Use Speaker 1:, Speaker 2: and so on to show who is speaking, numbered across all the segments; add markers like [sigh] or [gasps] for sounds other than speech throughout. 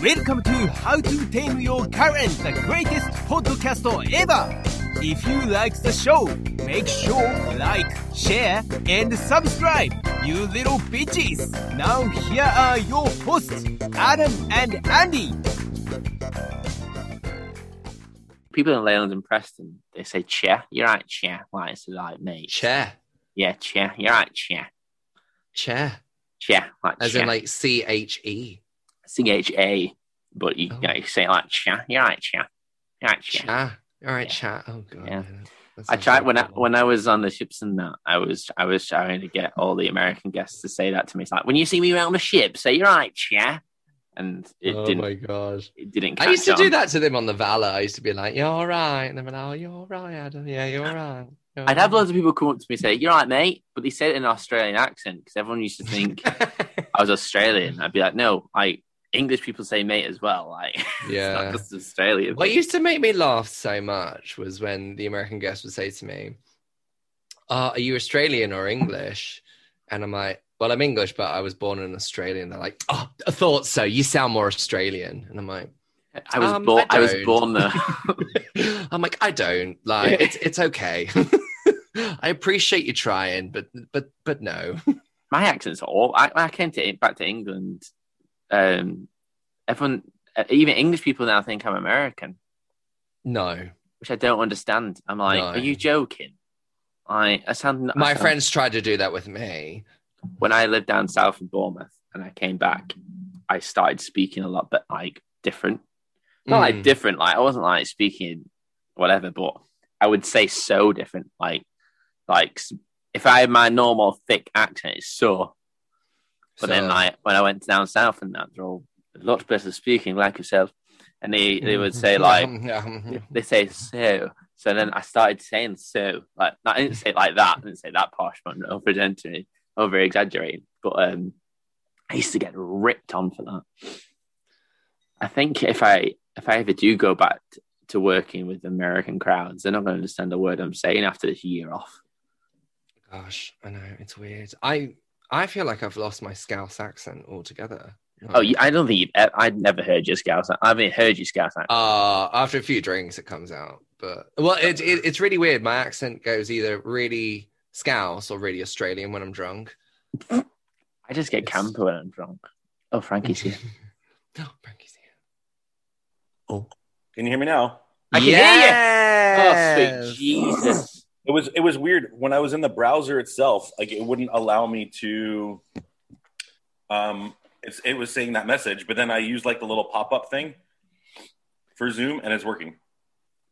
Speaker 1: Welcome to How to Tame Your Current, the greatest podcast ever. If you like the show, make sure like, share, and subscribe, you little bitches. Now here are your hosts, Adam and Andy.
Speaker 2: people in Leyland and Preston, they say chair. You're right, chair. Like it's like mate.
Speaker 3: Chair.
Speaker 2: Yeah, chair. You're right, chair.
Speaker 3: Chair.
Speaker 2: Chair. Like
Speaker 3: As
Speaker 2: chair.
Speaker 3: in like C H E.
Speaker 2: C H A. But you,
Speaker 3: Oh.
Speaker 2: you, know, you say it like chair. You're right, chair. You're right, chair.
Speaker 3: Chair. All right,
Speaker 2: Yeah.
Speaker 3: chair. Oh god.
Speaker 2: Yeah.
Speaker 3: man, that
Speaker 2: I
Speaker 3: sounds
Speaker 2: tried when I
Speaker 3: horrible.
Speaker 2: when I was on the ships and that I was I was trying to get all the American guests to say that to me. It's like when you see me around the ship, say you're right, chair. And it
Speaker 3: oh
Speaker 2: didn't
Speaker 3: my gosh.
Speaker 2: it didn't.
Speaker 3: I used to
Speaker 2: catch
Speaker 3: do
Speaker 2: on.
Speaker 3: that to them on the Valor. I used to be like, "You're all right," and they're like, "Oh, you're all right, Adam. Yeah, you're all right." You're
Speaker 2: I'd have
Speaker 3: all
Speaker 2: loads of people come up to me and say, "You're right, mate," but they said it in an Australian accent because everyone used to think
Speaker 3: right." [laughs]
Speaker 2: I was Australian, I'd be like, no, like English people say mate as well. Like, [laughs] it's
Speaker 3: yeah.
Speaker 2: not just Australian.
Speaker 3: What used to make me laugh so much was when the American guest would say to me, uh, Are you Australian or English? And I'm like, Well, I'm English, but I was born in Australia. And they're like, Oh, I thought so. You sound more Australian. And I'm like,
Speaker 2: I was
Speaker 3: Um,
Speaker 2: born.
Speaker 3: I
Speaker 2: I, was
Speaker 3: don't.
Speaker 2: born there.
Speaker 3: I'm like, I don't. Like, it's, it's okay. [laughs] I appreciate you trying, but but but no.
Speaker 2: [laughs]
Speaker 3: [laughs]
Speaker 2: my accents are all. I, I came to back to England. Um, everyone, uh, even English people now think I'm American,
Speaker 3: No.
Speaker 2: which I don't understand. I'm like,
Speaker 3: No.
Speaker 2: are you joking? I, I sound. I
Speaker 3: My
Speaker 2: sound-
Speaker 3: friends tried to do that with me.
Speaker 2: when I lived down south in Bournemouth and I came back, I started speaking a lot, but like different. not like
Speaker 3: Mm.
Speaker 2: different. Like I wasn't like speaking whatever, but I would say so different. Like like s- if I had my normal thick accent, it's so. But then
Speaker 3: So-
Speaker 2: like when I went down south and that, they're all lots better speaking like yourself, and they they
Speaker 3: [laughs]
Speaker 2: would say like
Speaker 3: Um,
Speaker 2: they say so. So then I started saying so. Like I didn't say it like that. I didn't say that posh, but over over exaggerating. But um, I used to get ripped on for that. I think if I if I ever do go back t- to working with American crowds, they're not going to understand a word I'm saying after this year off.
Speaker 3: Gosh, I know it's weird. I I feel like I've lost my Scouse accent altogether.
Speaker 2: Oh, you, I don't think you've. e- I've never heard your Scouse. I haven't heard your Scouse. accent.
Speaker 3: Uh, after a few drinks, it comes out. But well, it, it it's really weird. My accent goes either really Scouse or really Australian when I'm drunk.
Speaker 2: I just get
Speaker 3: it's-
Speaker 2: camper when I'm drunk. Oh,
Speaker 3: [laughs]
Speaker 2: Frankie's here. [gasps]
Speaker 3: No, Frankie's here.
Speaker 4: Can you hear me now?
Speaker 2: I can hear you. Oh,
Speaker 3: Yes!
Speaker 2: sweet Jesus.
Speaker 4: It was it was weird when I was in the browser itself. Like it wouldn't allow me to. Um, it's, it was saying that message, but then I used like the little pop up thing for Zoom, and it's working.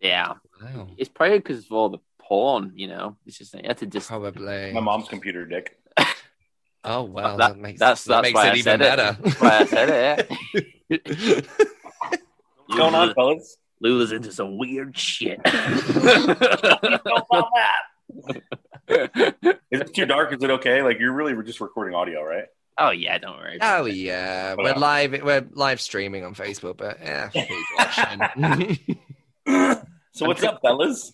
Speaker 2: Yeah.
Speaker 3: Wow,
Speaker 2: It's probably because of all the porn, you know. It's just you have to just.
Speaker 3: probably.
Speaker 4: My mom's computer, Dick.
Speaker 3: Oh well,
Speaker 2: That-
Speaker 3: that, makes
Speaker 2: that's-
Speaker 3: that
Speaker 2: that's
Speaker 3: makes
Speaker 2: why I
Speaker 3: it even
Speaker 2: said it.
Speaker 3: better.
Speaker 2: [laughs] That's why I said
Speaker 3: [laughs]
Speaker 2: it.
Speaker 4: What's going on, fellas?
Speaker 2: Lula's into some weird
Speaker 3: [laughs]
Speaker 2: shit.
Speaker 4: [laughs] Is it too dark? Is it okay? Like you're really just recording audio, right?
Speaker 2: oh yeah, don't worry.
Speaker 3: oh yeah, we're live. We're live streaming on Facebook, but yeah, who's
Speaker 2: [laughs]
Speaker 3: watching?
Speaker 4: [clears throat] So what's up, fellas?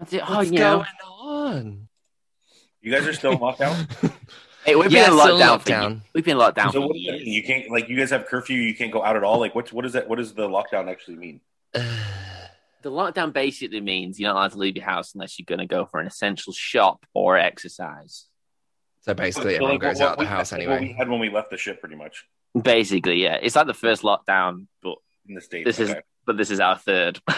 Speaker 2: Oh
Speaker 3: What's
Speaker 2: yeah.
Speaker 3: going on?
Speaker 4: You guys are still in [laughs] lockdown.
Speaker 2: Hey, we've
Speaker 3: Yeah,
Speaker 2: been in
Speaker 3: still in
Speaker 2: lockdown. For,
Speaker 3: lockdown.
Speaker 2: ye- we've been locked down.
Speaker 4: so
Speaker 2: for
Speaker 4: what does that
Speaker 2: years.
Speaker 4: mean? You can't like you guys have curfew. You can't go out at all. Like what's what is that? What does the lockdown actually mean?
Speaker 2: The lockdown basically means you're not allowed to leave your house unless you're going to go for an essential shop or exercise.
Speaker 3: [sighs] So basically,
Speaker 4: So,
Speaker 3: everyone
Speaker 4: like,
Speaker 3: goes
Speaker 4: what-
Speaker 3: out the
Speaker 4: what-
Speaker 3: house
Speaker 4: what we
Speaker 3: anyway.
Speaker 4: had when we left the ship, pretty much
Speaker 2: Basically, yeah, it's like the first lockdown, but
Speaker 4: in the state.
Speaker 2: This is- but this is our third. [laughs]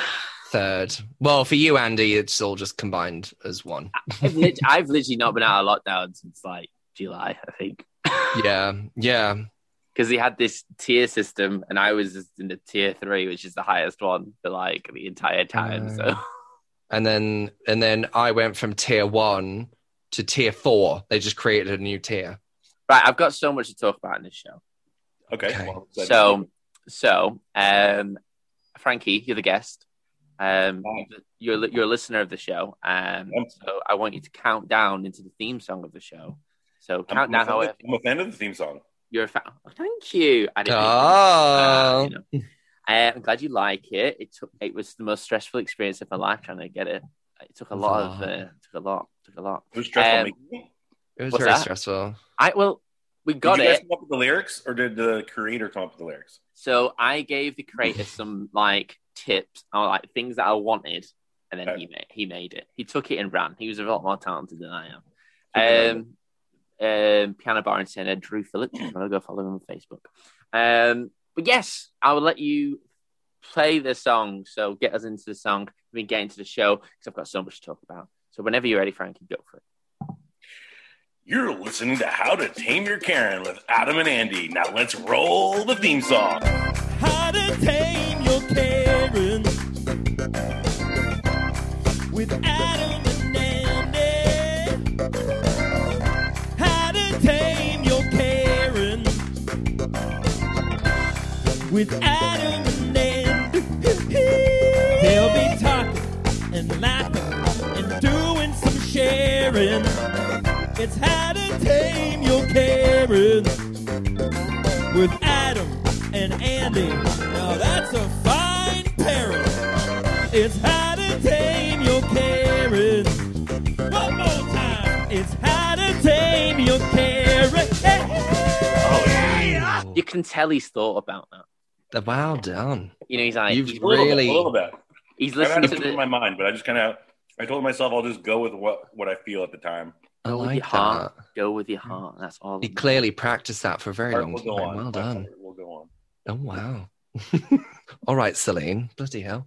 Speaker 3: Third. Well, for you, Andy, it's all just combined as one.
Speaker 2: I've, lit- I've literally not been out of lockdown since like July, I think,
Speaker 3: Yeah, yeah.
Speaker 2: because they had this tier system, and I was just in the tier three, which is the highest one for like the entire time.
Speaker 3: Uh,
Speaker 2: so
Speaker 3: And then and then I went from tier one to tier four. They just created a new tier.
Speaker 2: [laughs] right, I've got so much to talk about in this show.
Speaker 4: Okay.
Speaker 3: Okay.
Speaker 4: well, then-
Speaker 2: So, so um, Frankie, you're the guest. Um,
Speaker 4: Hi.
Speaker 2: you're you're a listener of the show, um,
Speaker 4: Yep.
Speaker 2: so I want you to count down into the theme song of the show. So
Speaker 4: I'm,
Speaker 2: count down
Speaker 4: I'm, a
Speaker 2: however
Speaker 4: fan of- I'm a fan of the theme song.
Speaker 2: you're a fan. Oh, thank you. I didn't think-
Speaker 3: Oh,
Speaker 4: Um,
Speaker 2: Uh, you know. Uh, I'm glad you like it. It took. It was the most stressful experience of my life trying to get it. It took a
Speaker 3: That's
Speaker 2: lot
Speaker 3: a
Speaker 2: of.
Speaker 3: lot.
Speaker 2: Uh, took a lot. Took a lot.
Speaker 4: It was stressful.
Speaker 2: Um,
Speaker 4: making
Speaker 3: it
Speaker 4: it.
Speaker 3: was
Speaker 2: what's
Speaker 3: very
Speaker 2: that?
Speaker 3: stressful.
Speaker 2: I well, we got
Speaker 4: did you guys
Speaker 2: it.
Speaker 4: come up with the lyrics, or did the creator come up with the lyrics?
Speaker 2: So I gave the creator some like tips, or, like things that I wanted, and then he made, he made it. He took it and ran. He was a lot more talented than I am. Um, um, piano bar in Santa, Drew
Speaker 3: [clears throat]
Speaker 2: Phillips. I'm gonna go follow him on Facebook. Um, but yes, I will let you play the song. So get us into the song. We can get into the show because I've got so much to talk about. So whenever you're ready, Frankie, go for it.
Speaker 4: You're listening to How to Tame Your Karen with Adam and Andy. Now let's roll the theme song.
Speaker 5: How to tame your Karen with Adam and Andy. How to tame your Karen with Adam and Andy. They'll be talking and laughing and doing some sharing. It's how to tame your Karen with Adam and Andy. Now that's a fine pairing. It's how to tame your Karen. One more time. It's how to tame your Karen.
Speaker 4: Oh, yeah.
Speaker 2: You can tell he's thought about that.
Speaker 3: The well done.
Speaker 2: You know, he's like
Speaker 3: You've
Speaker 2: he's,
Speaker 4: A little
Speaker 3: Really?
Speaker 4: Bit, a little bit.
Speaker 2: he's
Speaker 4: I've had
Speaker 2: listening
Speaker 4: it
Speaker 2: to
Speaker 4: in
Speaker 2: the
Speaker 4: my mind, but I just kind of, I told myself I'll just go with what, what I feel at the time.
Speaker 3: I
Speaker 2: Go with
Speaker 3: like
Speaker 2: your heart.
Speaker 3: that.
Speaker 2: go with your heart. That's all.
Speaker 3: Mm. He clearly practiced that for a very
Speaker 4: Art
Speaker 3: long
Speaker 4: will
Speaker 3: time.
Speaker 4: go on.
Speaker 3: Well done.
Speaker 4: Art will go on.
Speaker 3: Oh wow. [laughs] All right, Celine. Bloody hell.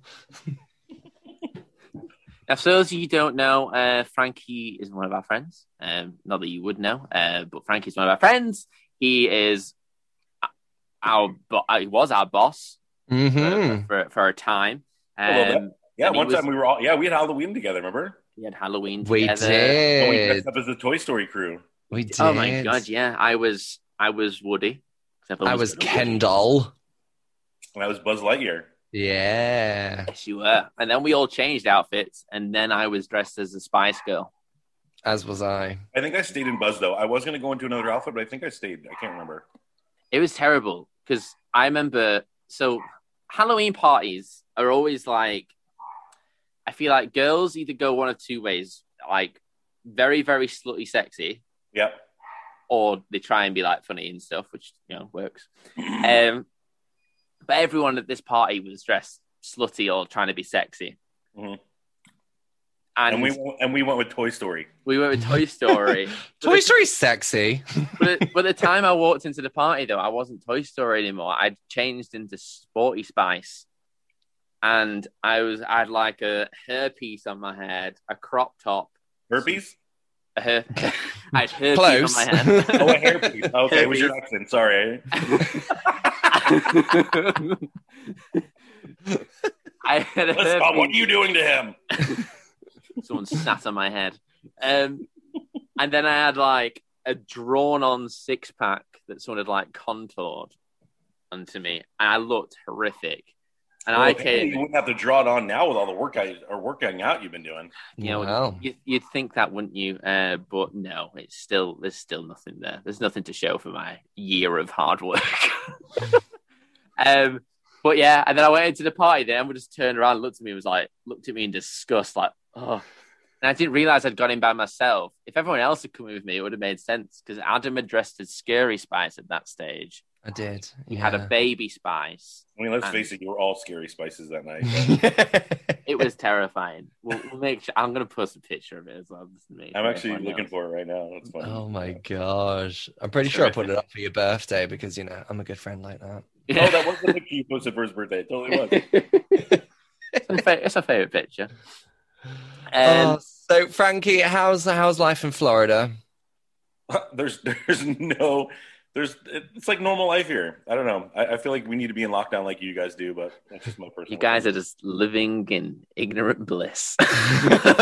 Speaker 2: Now, for those of you who don't know, uh, Frankie is one of our friends. Um, not that you would know, uh, but Frankie's one of our friends. He is our bo- uh, he was our boss for,
Speaker 3: Mm-hmm.
Speaker 2: for, for a time.
Speaker 4: A little bit.
Speaker 2: Um,
Speaker 4: Yeah,
Speaker 2: And he
Speaker 4: one
Speaker 2: was-
Speaker 4: time we were all, yeah, we had Halloween together, remember?
Speaker 2: we had Halloween
Speaker 3: We
Speaker 2: together.
Speaker 4: And we
Speaker 3: did.
Speaker 4: dressed up as the Toy Story crew.
Speaker 3: We did.
Speaker 2: Oh my god, yeah, I was I was Woody. 'Cause I've
Speaker 3: I
Speaker 2: always
Speaker 3: was
Speaker 2: been a Woody.
Speaker 3: Kendall.
Speaker 4: And that was Buzz Lightyear.
Speaker 3: Yeah.
Speaker 2: Yes, you were. And then we all changed outfits, and then I was dressed as a Spice Girl.
Speaker 3: As was I.
Speaker 4: I think I stayed in Buzz, though. I was going to go into another outfit, but I think I stayed. I can't remember.
Speaker 2: It was terrible because I remember. So Halloween parties are always like, I feel like girls either go one of two ways, like very very slutty sexy,
Speaker 4: Yep.
Speaker 2: or they try and be like funny and stuff, which you know
Speaker 4: [clears throat]
Speaker 2: works. Um, but everyone at this party was dressed slutty or trying to be sexy.
Speaker 4: Mhm.
Speaker 2: And,
Speaker 4: And
Speaker 2: we,
Speaker 4: we and we went with Toy Story.
Speaker 2: we were with Toy
Speaker 4: [laughs]
Speaker 2: Story.
Speaker 3: Toy Story's sexy.
Speaker 2: but, at, but the time I walked into the party, though, I wasn't Toy Story anymore. I'd changed into Sporty Spice, and I was I had like a hairpiece on my head, a crop top,
Speaker 4: Herpes?
Speaker 3: [laughs]
Speaker 2: a hair. [laughs] I had hairpiece
Speaker 3: Close.
Speaker 2: on my head. [laughs]
Speaker 4: [laughs] Oh, a hairpiece. Okay, it was your
Speaker 3: [laughs]
Speaker 4: accent. Sorry.
Speaker 2: I had a
Speaker 4: Let's stop. What are
Speaker 2: hairpiece.
Speaker 4: you doing to him?
Speaker 2: Someone sat on my head, um, and then I had like a drawn-on six-pack that someone had like contoured onto me, and I looked horrific. And I
Speaker 4: Well, Oh, hey,
Speaker 2: came.
Speaker 4: You wouldn't have to draw it on now with all the work I or working out you've been doing.
Speaker 2: You know,
Speaker 3: Wow.
Speaker 2: you, you'd think that, wouldn't you? Uh, but no, it's still there's still nothing there. There's nothing to show for my year of hard work. [laughs] um, but yeah, and then I went into the party. Then everyone just turned around, and looked at me, and was like, looked at me in disgust, like, oh. And I didn't realize I'd gone in by myself. If everyone else had come with me, it would have made sense because Adam had dressed as Scary Spice at that stage.
Speaker 3: I did.
Speaker 2: He had a baby Spice.
Speaker 4: I mean, let's
Speaker 2: And-
Speaker 4: face it, you were all scary spices that
Speaker 3: [laughs]
Speaker 4: night.
Speaker 3: baby.
Speaker 2: It was [laughs] terrifying. We'll, we'll make sure. I'm going to post a picture of it as well. just to make
Speaker 4: I'm
Speaker 2: sure
Speaker 4: actually
Speaker 2: everyone
Speaker 4: looking
Speaker 2: knows. [laughs]
Speaker 4: for it right now. That's funny.
Speaker 3: [laughs] oh my gosh. I'm pretty sure I put it up for your birthday because, you know, I'm a good friend like that.
Speaker 4: Oh, that was the picture you posted for his birthday. It totally was.
Speaker 2: it's, my fa- it's my favorite picture.
Speaker 3: Oh,
Speaker 2: Um,
Speaker 3: so, Frankie, how's, how's life in Florida?
Speaker 4: [laughs] there's there's no there's it's like normal life here. I don't know. I, I feel like we need to be in lockdown like you guys do, but that's just my personal.
Speaker 2: you guys are just living in ignorant
Speaker 3: [laughs]
Speaker 2: bliss.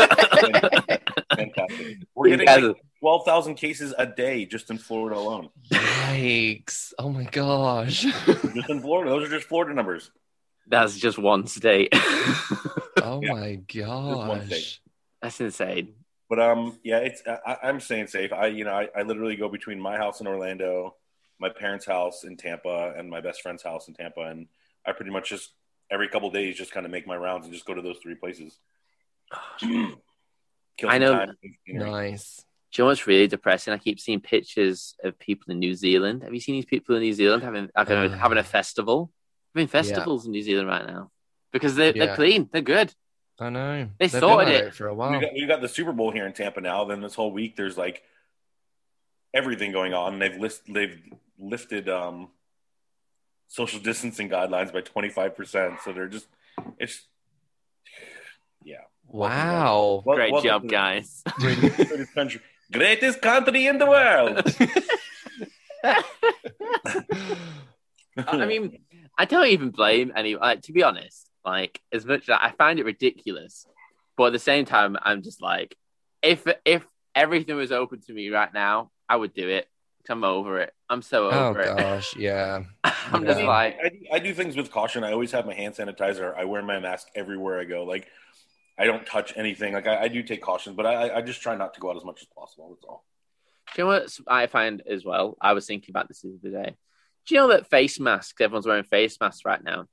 Speaker 2: [laughs]
Speaker 4: [laughs] fantastic. We're
Speaker 2: You
Speaker 4: hitting
Speaker 2: guys
Speaker 4: like
Speaker 2: are-
Speaker 4: twelve thousand cases a day just in Florida alone.
Speaker 3: Yikes. Oh my gosh. [laughs]
Speaker 4: Just in Florida, those are just Florida numbers.
Speaker 2: That's just one state. [laughs]
Speaker 3: Oh
Speaker 4: Yeah.
Speaker 3: my
Speaker 4: one thing.
Speaker 3: gosh.
Speaker 2: That's insane.
Speaker 4: But um, yeah, it's I, I'm staying safe. I you know I, I literally go between my house in Orlando, my parents' house in Tampa, and my best friend's house in Tampa, and I pretty much just every couple days just kind of make my rounds
Speaker 2: [sighs]
Speaker 4: and just go to those three places. Kill
Speaker 2: I
Speaker 4: some
Speaker 2: know-
Speaker 4: time.
Speaker 3: Nice.
Speaker 2: Do you know what's really depressing? I keep seeing pictures of people in New Zealand. Have you seen these people in New Zealand having having, a-
Speaker 3: Uh.
Speaker 2: having a festival? Having festivals in New Zealand right now because they,
Speaker 3: Yeah.
Speaker 2: they're clean, they're good.
Speaker 3: I know.
Speaker 2: They
Speaker 3: They've been
Speaker 2: sorted
Speaker 3: at
Speaker 2: it.
Speaker 3: for a
Speaker 4: We
Speaker 3: while.
Speaker 4: got, we got the Super Bowl here in Tampa now. Then this whole week, there's like everything going on. They've list they've lifted um, social distancing guidelines by 25 percent. So they're just it's [sighs]
Speaker 3: Wow.
Speaker 4: wel-
Speaker 2: Great
Speaker 4: welcome
Speaker 2: job,
Speaker 4: to
Speaker 2: guys.
Speaker 4: the greatest- greatest country, greatest country in the world.
Speaker 2: [laughs] I I mean, I don't even blame anyone. Like, to be honest, like as much as I find it ridiculous, but at the same time, I'm just like, if if everything was open to me right now, I would do it. 'Cause I'm over it. I'm so
Speaker 3: [laughs] Oh
Speaker 2: over it.
Speaker 3: gosh, yeah.
Speaker 2: [laughs] I'm
Speaker 3: Yeah.
Speaker 2: just like,
Speaker 4: I, do, I do things with caution. I always have my hand sanitizer. I wear my mask everywhere I go. Like, I don't touch anything. Like, I, I do take cautions, but I, I- I just try not to go out as much as possible. That's all.
Speaker 2: do you know what I find as well? I was thinking about this the other day. Do you know that face masks? Everyone's wearing face masks right now. Do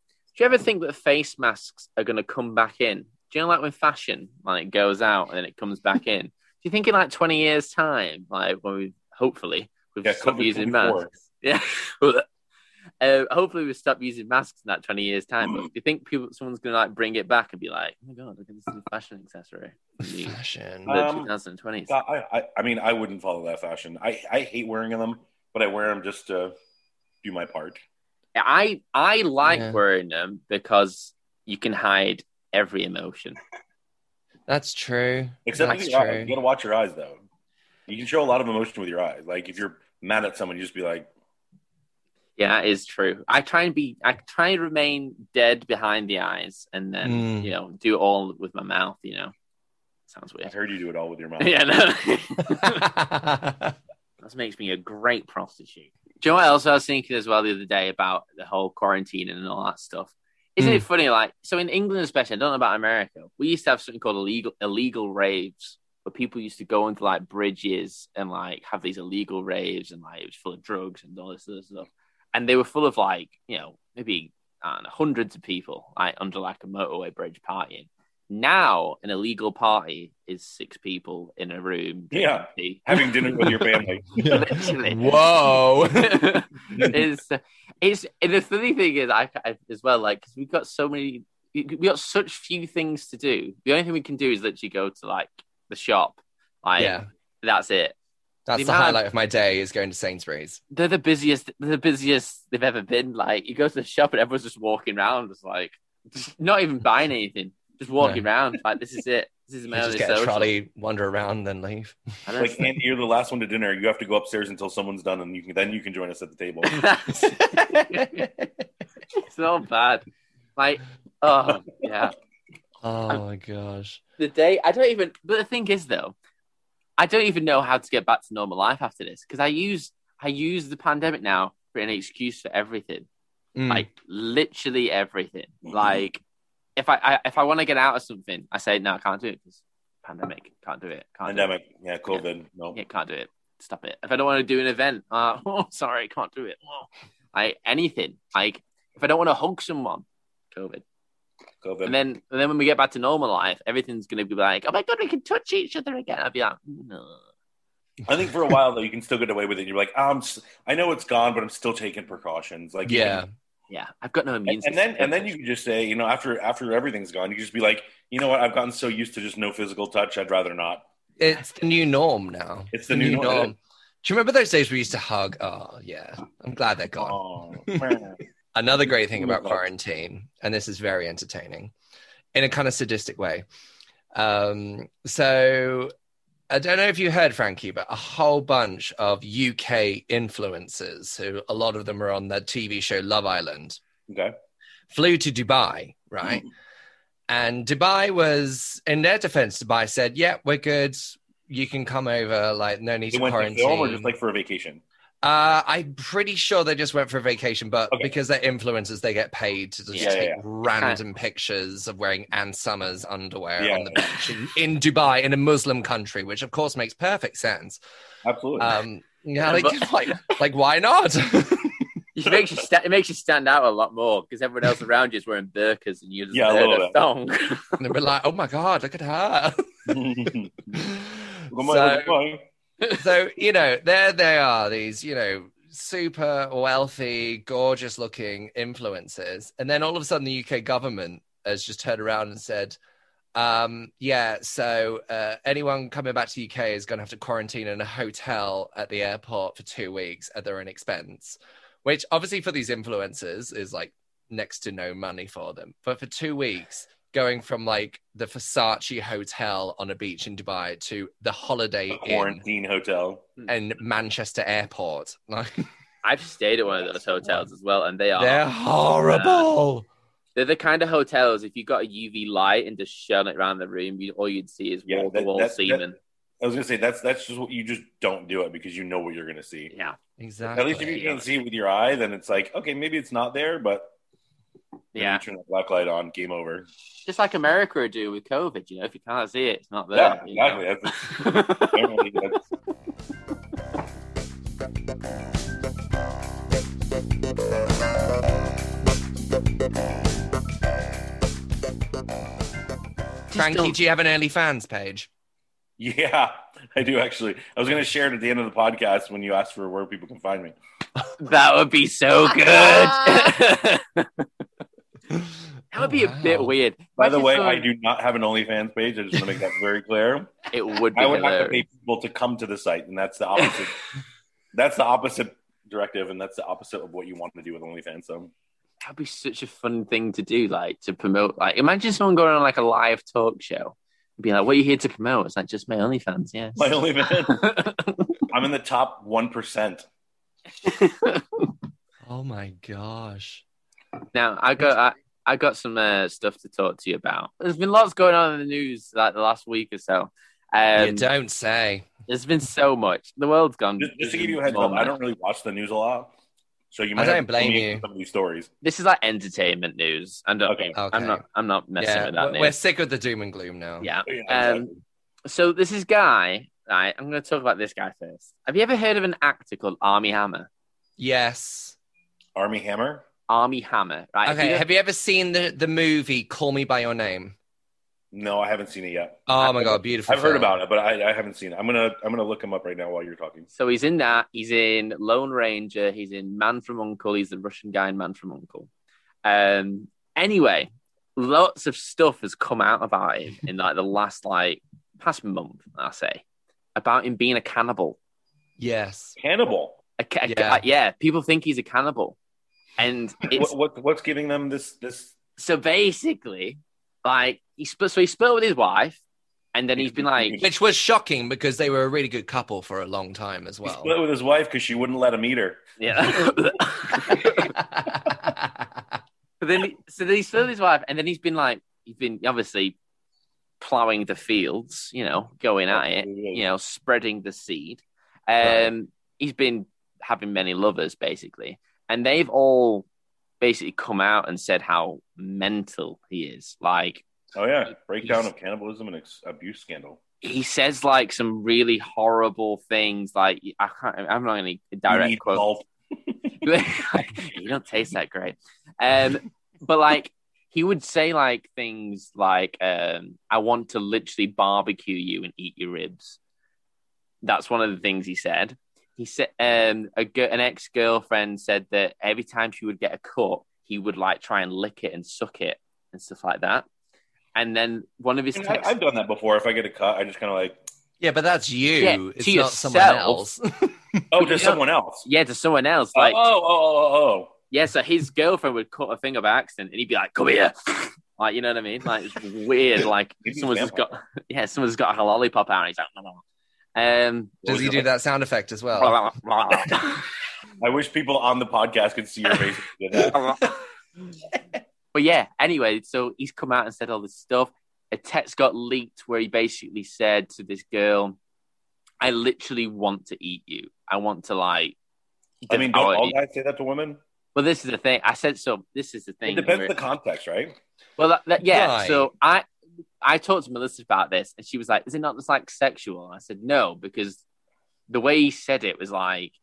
Speaker 2: you ever think that face masks are going to come back in? Do you know, like when fashion like goes out and then it comes back in? Do you think in like twenty years' time, like when we hopefully we've
Speaker 4: Yeah,
Speaker 2: stopped
Speaker 4: COVID
Speaker 2: using
Speaker 4: 24.
Speaker 2: masks? Yeah. Uh, hopefully we stop using masks in that 20 years time but do you think people someone's gonna like bring it back and be like oh my god look at this new fashion accessory in the-
Speaker 3: Fashion.
Speaker 2: the
Speaker 4: Um,
Speaker 2: 2020s
Speaker 4: So I, I, I mean, I wouldn't follow that fashion. I, I hate wearing them, but I wear them just to do my part.
Speaker 2: I I like
Speaker 3: Yeah.
Speaker 2: wearing them because you can hide every emotion.
Speaker 3: That's true.
Speaker 4: Except
Speaker 3: That's
Speaker 4: with your eyes.
Speaker 3: true.
Speaker 4: You got to watch your eyes, though. You can show a lot of emotion with your eyes. Like, if you're mad at someone, you just be like,
Speaker 2: Yeah, it is true. I try and be I try and remain dead behind the eyes and then
Speaker 3: Mm.
Speaker 2: you know do it all with my mouth. You know, sounds
Speaker 4: I
Speaker 2: weird.
Speaker 4: heard you do it all with your mouth.
Speaker 2: [laughs] yeah, no.
Speaker 3: Mm.
Speaker 2: That makes me a great prostitute. Do you know what else I was thinking as well the other day about the whole quarantine and all that stuff? Isn't it funny? Like, so in England, especially, I don't know about America, we used to have something called illegal illegal raves, where people used to go into like bridges and like have these illegal raves, and like it was full of drugs and all this other stuff, and they were full of like you know maybe I don't know, hundreds of people like under like a motorway bridge partying. Now, an illegal party is six people in a room. drinking
Speaker 4: Yeah.
Speaker 2: tea.
Speaker 4: Having dinner with your family.
Speaker 3: [laughs]
Speaker 2: Literally.
Speaker 3: Whoa.
Speaker 2: [laughs]
Speaker 3: [laughs]
Speaker 2: it's it's and the funny thing is I, I as well like 'cause we've got so many we we got such few things to do. The only thing we can do is literally go to like the shop. Like
Speaker 3: yeah.
Speaker 2: that's it.
Speaker 3: That's
Speaker 2: We've
Speaker 3: the
Speaker 2: had-
Speaker 3: highlight of my day is going to Sainsbury's.
Speaker 2: They're the busiest. They're the busiest they've ever been. Like you go to the shop and everyone's just walking around, just like just not
Speaker 3: [laughs]
Speaker 2: even buying anything, just walking around. Like this is it. This is
Speaker 3: You
Speaker 2: my
Speaker 3: just
Speaker 2: only
Speaker 3: get a
Speaker 2: social.
Speaker 3: trolley, wander around, then leave.
Speaker 2: And that's-
Speaker 4: like, and you're the last one to dinner. You have to go upstairs until someone's done, and you can, then you can join us at
Speaker 2: [laughs]
Speaker 4: the table.
Speaker 2: [laughs] it's not bad. Like oh yeah.
Speaker 3: Oh my gosh.
Speaker 2: the day I don't even. But the thing is, though, I don't even know how to get back to normal life after this because I use I use the pandemic now for an excuse for everything,
Speaker 3: Mm.
Speaker 2: like literally everything. Like if I, I if I want to get out of something, I say no, I can't do it. 'cause pandemic, can't do it. Can't
Speaker 4: Pandemic. Yeah, COVID. No.
Speaker 2: do it. Yeah, can't do it. Stop it. If I don't want to do an event, [laughs] uh, oh, sorry, can't do it. Oh. I anything like if I don't want to hug someone, COVID.
Speaker 4: COVID.
Speaker 2: And then, and then when we get back to normal life, everything's going to be like, oh my god, we can touch each other again. I'd be like, no.
Speaker 4: I think for a while though, you can still get away with it. You're like, "Ah, I'm. s- I know it's gone, but I'm still taking precautions. Like, you
Speaker 3: yeah.
Speaker 4: can-
Speaker 2: yeah, I've got no immune
Speaker 4: And,
Speaker 2: system.
Speaker 4: and then, and then you can just say, you know, after after everything's gone, you just be like, you know what? I've gotten so used to just no physical touch. I'd rather not.
Speaker 3: It's the new norm now.
Speaker 4: It's the new norm.
Speaker 3: Do you remember those days we used to hug? Oh, yeah. I'm glad they're gone.
Speaker 4: Oh, man.
Speaker 3: Another great thing about
Speaker 4: Mhm.
Speaker 3: quarantine, and this is very entertaining in a kind of sadistic way. Um, so I don't know if you heard, Frankie, but a whole bunch of UK influencers, who a lot of them are on the TV show Love Island,
Speaker 4: [laughs] okay.
Speaker 3: flew to Dubai, right? And Dubai was, in their defense, Dubai said, yeah, we're good. You can come over, like, no need
Speaker 4: They
Speaker 3: to
Speaker 4: went to
Speaker 3: quarantine.
Speaker 4: film or just like for a vacation.
Speaker 3: Uh, I'm pretty sure they just went for a vacation, but
Speaker 4: Okay.
Speaker 3: because they're influencers, they get paid to just
Speaker 2: Yeah,
Speaker 4: yeah,
Speaker 3: take
Speaker 4: yeah.
Speaker 3: random pictures of wearing Anne Summers underwear
Speaker 4: Yeah.
Speaker 3: on the beach in, in Dubai, in a Muslim country, which of course makes perfect sense.
Speaker 4: Absolutely. [laughs]
Speaker 3: Um,
Speaker 2: Yeah,
Speaker 3: yeah, like,
Speaker 2: but-
Speaker 3: like, like, why
Speaker 2: [laughs]
Speaker 3: not? [laughs]
Speaker 2: it makes you sta- it makes you stand out a lot more because everyone else around you is wearing burkas and you're just
Speaker 4: Yeah, a
Speaker 2: there in
Speaker 4: little
Speaker 2: a thong.
Speaker 3: and they were like, oh my God, look at her.
Speaker 4: Come on,
Speaker 3: So-
Speaker 4: come on.
Speaker 3: so you know there they are these you know super wealthy gorgeous looking influencers and then all of a sudden the uk government has just turned around and said um, yeah so uh, anyone coming back to uk is going to have to quarantine in a hotel at the airport for two weeks at their own expense which obviously for these influencers is like next to no money for them but for two weeks going from like the Versace hotel on a beach in Dubai to the Holiday Inn
Speaker 4: quarantine hotel.
Speaker 3: and Manchester Airport. [laughs] Like
Speaker 2: [laughs] I've stayed at one of those hotels as well, and they are
Speaker 3: they're horrible.
Speaker 2: they're the kind of hotels if you got a UV light and just shone it around the room, you, all you'd see is
Speaker 4: Yeah,
Speaker 2: wall to
Speaker 4: that-
Speaker 2: wall
Speaker 4: that- that-
Speaker 2: semen.
Speaker 4: I was gonna say that's that's just what you just don't do it because you know what you're gonna see.
Speaker 2: Yeah,
Speaker 3: Exactly.
Speaker 4: At least if you can see it with your eye, then it's like okay, maybe it's not there, but then
Speaker 2: yeah.
Speaker 4: you turn the black light on, game over.
Speaker 2: Just like America would do with COVID, you know, if you can't see it, it's not
Speaker 4: Yeah,
Speaker 2: there. you know.
Speaker 4: exactly. That's,
Speaker 2: [laughs]
Speaker 4: generally, that's,
Speaker 3: Frankie,
Speaker 2: don't-
Speaker 3: do you have an early fans page?
Speaker 4: yeah, I do actually. I was gonna share it at the end of the podcast when you asked for where people can find me.
Speaker 2: That would be [laughs] so good. [laughs] that would
Speaker 3: Oh,
Speaker 2: be a bit weird.
Speaker 4: Oh, By the
Speaker 2: Imagine
Speaker 4: way,
Speaker 2: someone-
Speaker 4: I do not have an OnlyFans page. I just want to make that very clear.
Speaker 2: It would be
Speaker 4: I would have to
Speaker 2: hilarious.
Speaker 4: pay people to come to the site, and that's
Speaker 3: [laughs]
Speaker 4: the opposite. that's the opposite directive, and that's the opposite of what you want to do with OnlyFans. So
Speaker 2: That'd be such a fun thing to do, like to promote. Like, imagine someone going on like a live talk show and being like, "What are you here to promote?" It's like just my OnlyFans, yeah.
Speaker 4: [laughs] my OnlyFans, I'm in the top one percent.
Speaker 3: Oh my gosh.
Speaker 2: [laughs] now I got I, I got some uh, stuff to talk to you about. There's been lots going on in the news like the last week or so.
Speaker 3: you
Speaker 2: Um,
Speaker 3: don't say.
Speaker 2: there's been so much. The world's gone.
Speaker 4: Just, just to give you a heads up, I don't really watch the news a lot, so you might
Speaker 3: don't
Speaker 4: have to
Speaker 3: blame
Speaker 4: fill me in
Speaker 3: you.
Speaker 4: Some of these stories.
Speaker 2: This is like entertainment news. I don't.
Speaker 4: Okay.
Speaker 3: Okay.
Speaker 2: I'm not. I'm not messing
Speaker 3: Yeah,
Speaker 2: with that
Speaker 3: we're, we're
Speaker 2: news.
Speaker 3: sick of the doom and gloom now.
Speaker 2: Yeah.
Speaker 4: Yeah,
Speaker 2: Um,
Speaker 4: exactly.
Speaker 2: So this is guy. Right. I'm going to talk about this guy first. Have you ever heard of an actor called Army Hammer?
Speaker 3: Yes.
Speaker 4: Army Hammer.
Speaker 2: Army Hammer. Right. If you
Speaker 3: Okay.
Speaker 2: don't-
Speaker 3: Have you ever seen the, the movie Call Me by Your Name?
Speaker 4: No, I haven't seen it yet.
Speaker 3: Oh my god, beautiful.
Speaker 4: I've heard
Speaker 3: film.
Speaker 4: about it, but I, I haven't seen it. I'm gonna I'm gonna look him up right now while you're talking.
Speaker 2: So he's in that. He's in Lone Ranger. He's in Man from Uncle. He's the Russian guy in Man from Uncle. Um. Anyway, lots of stuff has come out about him in like the last like past month. I say about him being a cannibal.
Speaker 3: Yes.
Speaker 4: Cannibal.
Speaker 2: A, ca- a ca-
Speaker 3: Yeah.
Speaker 2: yeah. people think he's a cannibal,
Speaker 3: [laughs]
Speaker 2: and it's
Speaker 4: What, what what's giving them this this?
Speaker 2: so basically like he split. So he split with his wife, and then he's been like,
Speaker 3: [laughs] Which was shocking because they were a really good couple for a long time as
Speaker 4: He
Speaker 3: well.
Speaker 4: split with his wife because she wouldn't let him eat her.
Speaker 2: yeah. [laughs] But then, he- so then he's still with his wife, and then he's been like, he's been obviously plowing the fields, you know, going at it, you know, spreading the seed. Um,
Speaker 3: Right.
Speaker 2: he's been having many lovers basically, and they've all basically come out and said how mental he is. Like
Speaker 4: Oh yeah, breakdown of cannibalism and ex- abuse scandal.
Speaker 2: he says like some really horrible things. Like I can't, I'm not going to
Speaker 4: You
Speaker 2: direct
Speaker 4: need
Speaker 2: quote.
Speaker 4: help. [laughs]
Speaker 2: you don't taste that great. Um, but like he would say like things like, um, "I want to literally barbecue you and eat your ribs." That's one of the things he said. He said um, a gi- an ex girlfriend said that every time she would get a cut, he would like try and lick it and suck it and stuff like that. And then one of his
Speaker 4: I mean, I-
Speaker 2: texts,
Speaker 4: I've done that before. If I get a cut, I just kind of like,
Speaker 3: [laughs] yeah, but that's you.
Speaker 2: Yeah,
Speaker 3: it's
Speaker 2: to
Speaker 3: not someone
Speaker 2: yourself.
Speaker 3: else.
Speaker 4: oh, to
Speaker 2: Yeah.
Speaker 4: someone else.
Speaker 2: yeah, to someone else, like
Speaker 4: oh, oh, oh, oh,
Speaker 2: Yeah, so his girlfriend would cut a thing of accident, and he'd be like, "Come here," [laughs] like you know what I mean? Like
Speaker 4: [laughs]
Speaker 2: it's weird. Like
Speaker 4: He's a
Speaker 2: someone's just got [laughs] yeah, someone's got a lollipop out, and he's like, "No, no." Um,
Speaker 3: Does he do that sound effect as well?
Speaker 4: oh. I wish people on the podcast could see your face. when you
Speaker 2: [laughs]
Speaker 4: did that.
Speaker 2: but yeah, anyway, so he's come out and said all this stuff. A text got leaked where he basically said to this girl, "I literally want to eat you. I want to like."
Speaker 4: I mean, don't
Speaker 2: devour
Speaker 4: all
Speaker 2: you."
Speaker 4: guys say that to women?
Speaker 2: well, this is the thing. I said so. This is the
Speaker 4: It
Speaker 2: thing.
Speaker 4: depends
Speaker 2: We're-
Speaker 4: on the
Speaker 2: [laughs]
Speaker 4: context, right?
Speaker 2: Well, that, that- yeah.
Speaker 3: Right.
Speaker 2: So I, I talked to Melissa about this, and she was like, "Is it not just like sexual?" And I said, "No," because the way he said it was like,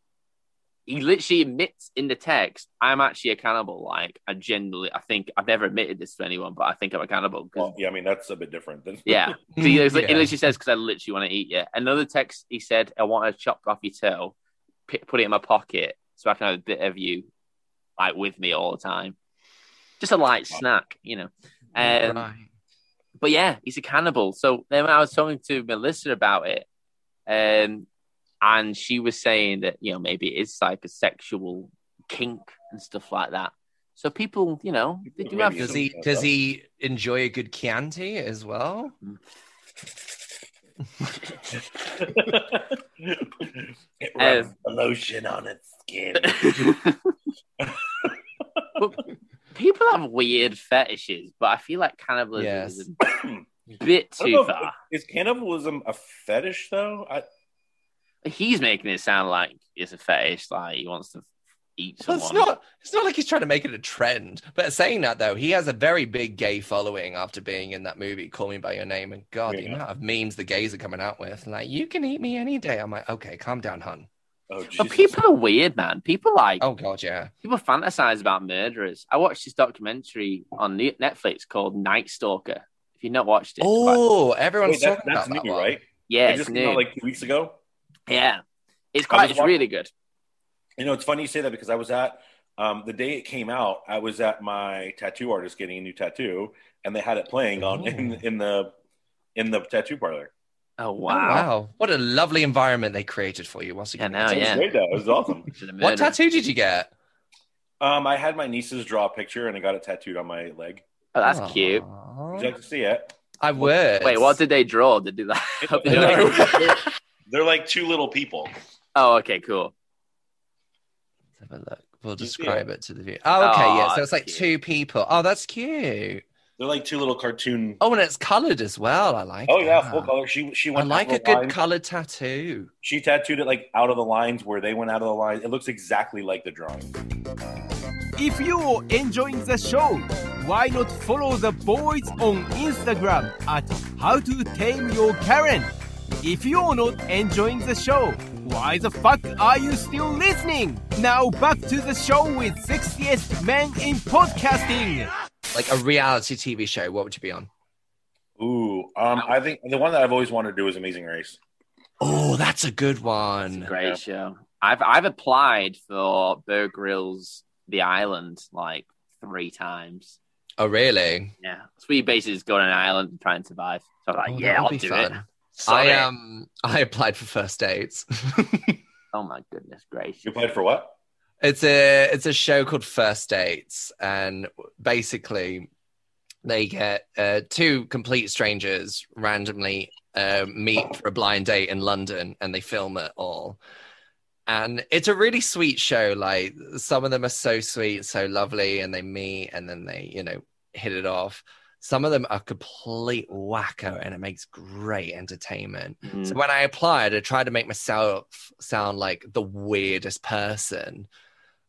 Speaker 2: he literally admits in the text, "I'm actually a cannibal." Like, I genuinely, I think I've never admitted this to anyone, but I think I'm a cannibal. 'cause-
Speaker 4: Well, yeah, I mean that's a bit different than
Speaker 2: yeah, so
Speaker 4: Mm.
Speaker 2: he, was like, he
Speaker 3: Yeah.
Speaker 2: literally says, "Because I literally want to eat you." Another text, he said, "I want to chop off your toe, p- put it in my pocket, so I can have a bit of you, like with me all the time, just a light snack, you know." Um,
Speaker 6: Right.
Speaker 2: but yeah, he's a cannibal. So then when I was talking to Melissa about it, um, and she was saying that you know maybe it is like a sexual kink and stuff like that. So people, you know, they do
Speaker 4: Maybe
Speaker 2: have.
Speaker 4: it's
Speaker 3: Does he does he enjoy a good Chianti as well?
Speaker 4: [laughs] it rubs lotion on its
Speaker 2: [laughs]
Speaker 4: skin.
Speaker 2: But people have weird fetishes, but I feel like cannibalism
Speaker 3: Yes.
Speaker 2: is a [coughs] bit
Speaker 4: I don't know
Speaker 2: too
Speaker 4: if-
Speaker 2: far.
Speaker 4: Is cannibalism a fetish though? I,
Speaker 2: He's making it sound like it's a fetish, like he wants to eat
Speaker 3: Well,
Speaker 2: someone.
Speaker 3: it's not. It's not like he's trying to make it a trend. But saying that though, he has a very big gay following after being in that movie "Call Me by Your Name." And God, the
Speaker 4: Yeah.
Speaker 3: amount of memes the gays are coming out with, like "You can eat me any day." I'm like, okay, calm down, hun.
Speaker 4: oh,
Speaker 2: But
Speaker 4: Jesus.
Speaker 2: people are weird, man. People like
Speaker 3: Oh God, yeah.
Speaker 2: people fantasize about murderers. I watched this documentary on Ne- Netflix called Night Stalker. If you've not watched it, but-
Speaker 3: Oh,
Speaker 4: Wait,
Speaker 3: everyone's
Speaker 4: that-
Speaker 3: talking
Speaker 4: that's
Speaker 3: about that
Speaker 4: new,
Speaker 3: one.
Speaker 4: right?
Speaker 2: yeah,
Speaker 4: it
Speaker 2: it's
Speaker 4: just came out
Speaker 2: new.
Speaker 4: like two weeks ago.
Speaker 2: yeah, it's
Speaker 4: I
Speaker 2: quite,
Speaker 4: was
Speaker 2: it's really good.
Speaker 4: You know, it's funny you say that because I was at um, the day it came out. I was at my tattoo artist getting a new tattoo, and they had it playing on in, in the in the tattoo parlor.
Speaker 2: Oh
Speaker 3: Oh,
Speaker 2: wow,
Speaker 3: wow, what a lovely environment they created for you once
Speaker 2: Yeah,
Speaker 3: again.
Speaker 2: now,
Speaker 4: It was
Speaker 2: yeah.
Speaker 4: great, though. It was awesome.
Speaker 2: To the
Speaker 3: What
Speaker 2: murderer.
Speaker 3: tattoo did you get?
Speaker 4: Um, I had my nieces draw a picture, and I got it tattooed on my leg.
Speaker 2: Oh, that's cute.
Speaker 4: Would you like to see it?
Speaker 3: I would.
Speaker 2: Wait, what did they draw? Did they do that? [laughs] I hope they
Speaker 3: No.
Speaker 2: don't-
Speaker 4: they're, [laughs] they're like two little people.
Speaker 2: Oh, okay, cool.
Speaker 3: Let's have a look. We'll
Speaker 4: You see
Speaker 3: describe it to the view. Oh, okay, yeah.
Speaker 2: Aw,
Speaker 3: So it's like
Speaker 2: cute.
Speaker 3: two people. Oh, that's cute.
Speaker 4: They're like two little cartoon. Oh,
Speaker 3: Oh, and it's colored as well. I like.
Speaker 4: yeah,
Speaker 3: that.
Speaker 4: full color. She she
Speaker 3: I
Speaker 4: went
Speaker 3: like
Speaker 4: out
Speaker 3: a
Speaker 4: of the
Speaker 3: good
Speaker 4: lines.
Speaker 3: colored tattoo.
Speaker 4: She tattooed it like out of the lines where they went out of the lines. It looks exactly like the drawing.
Speaker 1: If you're enjoying the show, why not follow the boys on Instagram at How to Tame Your Karen? If you're not enjoying the show, why the fuck are you still listening? Now back to the show with 60th Men in Podcasting.
Speaker 3: Like a reality TV show. What would you be on?
Speaker 4: Ooh, um, I think the one that I've always wanted to do is Amazing Race.
Speaker 3: Oh, that's a good
Speaker 2: It's a
Speaker 3: one.
Speaker 2: great
Speaker 4: Yeah.
Speaker 2: show. I've I've applied for Bear Grylls The Island like three times.
Speaker 3: Oh, really?
Speaker 2: Yeah, three bases go on an island and try and survive. So I'm like,
Speaker 3: Oh, that
Speaker 2: yeah,
Speaker 3: would
Speaker 2: I'll
Speaker 3: be
Speaker 2: do it.
Speaker 3: fun.
Speaker 2: Sorry.
Speaker 3: I um, I applied for first dates. [laughs]
Speaker 2: Oh my goodness gracious!
Speaker 4: You applied for what?
Speaker 3: It's a it's a show called First Dates, and basically they get uh, two complete strangers randomly uh, meet for a blind date in London, and they film it all. And it's a really sweet show. Like some of them are so sweet, so lovely, and they meet, and then they you know hit it off. Some of them are complete wacko, and it makes great entertainment.
Speaker 2: Mm.
Speaker 3: So when I applied, I tried to make myself sound like the weirdest person.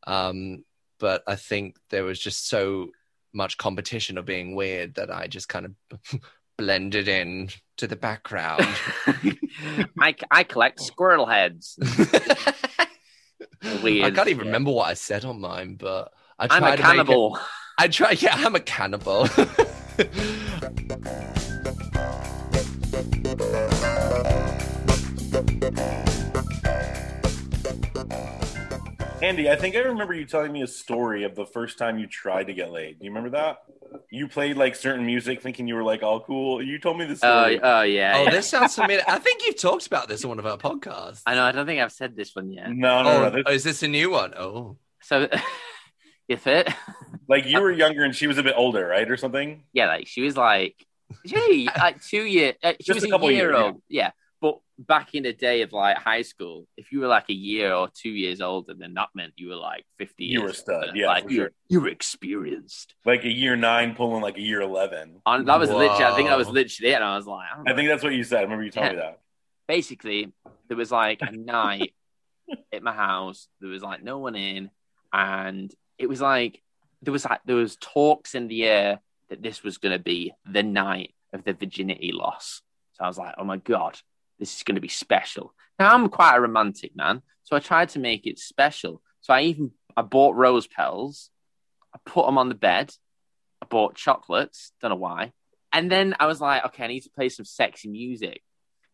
Speaker 3: Um, but I think there was just so much competition of being weird that I just kind of [laughs] blended in to the background.
Speaker 2: [laughs] I, I collect squirrel heads.
Speaker 3: I
Speaker 2: Weird.
Speaker 3: can't even remember what I said on mine, but I tried
Speaker 2: I'm a
Speaker 3: to make it-
Speaker 2: cannibal.
Speaker 3: I try. Yeah, I'm a cannibal. [laughs]
Speaker 4: Andy, I think I remember you telling me a story of the first time you tried to get laid. Do you remember that? You played like certain music thinking you were like all cool. You told me this
Speaker 2: Oh,
Speaker 4: story.
Speaker 2: oh yeah.
Speaker 3: oh,
Speaker 2: yeah.
Speaker 3: this sounds familiar. I think you've talked about this on one of our podcasts.
Speaker 2: I know. I don't think I've said this one yet.
Speaker 4: no, no,
Speaker 3: Oh,
Speaker 4: no. This,
Speaker 3: oh, is this a new one?
Speaker 2: [laughs]
Speaker 3: Oh.
Speaker 2: So, you fit? [laughs]
Speaker 4: like you were younger and she was a bit older, right, or something?
Speaker 2: Yeah, like she was like, gee, like
Speaker 4: [laughs]
Speaker 2: two year. Uh, she
Speaker 4: Just
Speaker 2: was
Speaker 4: a
Speaker 2: a,
Speaker 4: couple
Speaker 2: year
Speaker 4: years, yeah.
Speaker 2: old. Yeah. But back in the day of like high school, if you were like a year or two years older, then that meant you were like 50 years
Speaker 4: You were a stud,
Speaker 2: older.
Speaker 4: yeah,
Speaker 2: Like,
Speaker 4: for
Speaker 2: you,
Speaker 4: sure.
Speaker 2: you were experienced.
Speaker 4: Like a year nine pulling like a year eleven.
Speaker 2: And that was literally, I think that was
Speaker 3: Wow.
Speaker 2: literally it. And I was like, oh,
Speaker 4: I think that's what you said. I remember you telling me that.
Speaker 2: basically there was like a night at my house there was like no one in and it was like there was like there was talks in the air that this was going to be the night of the virginity loss so i was like oh my god this is going to be special. Now I'm quite a romantic man, so I tried to make it special. So I even I bought rose petals, I put them on the bed, I bought chocolates, don't know why, and then I was like, okay, I need to play some sexy music.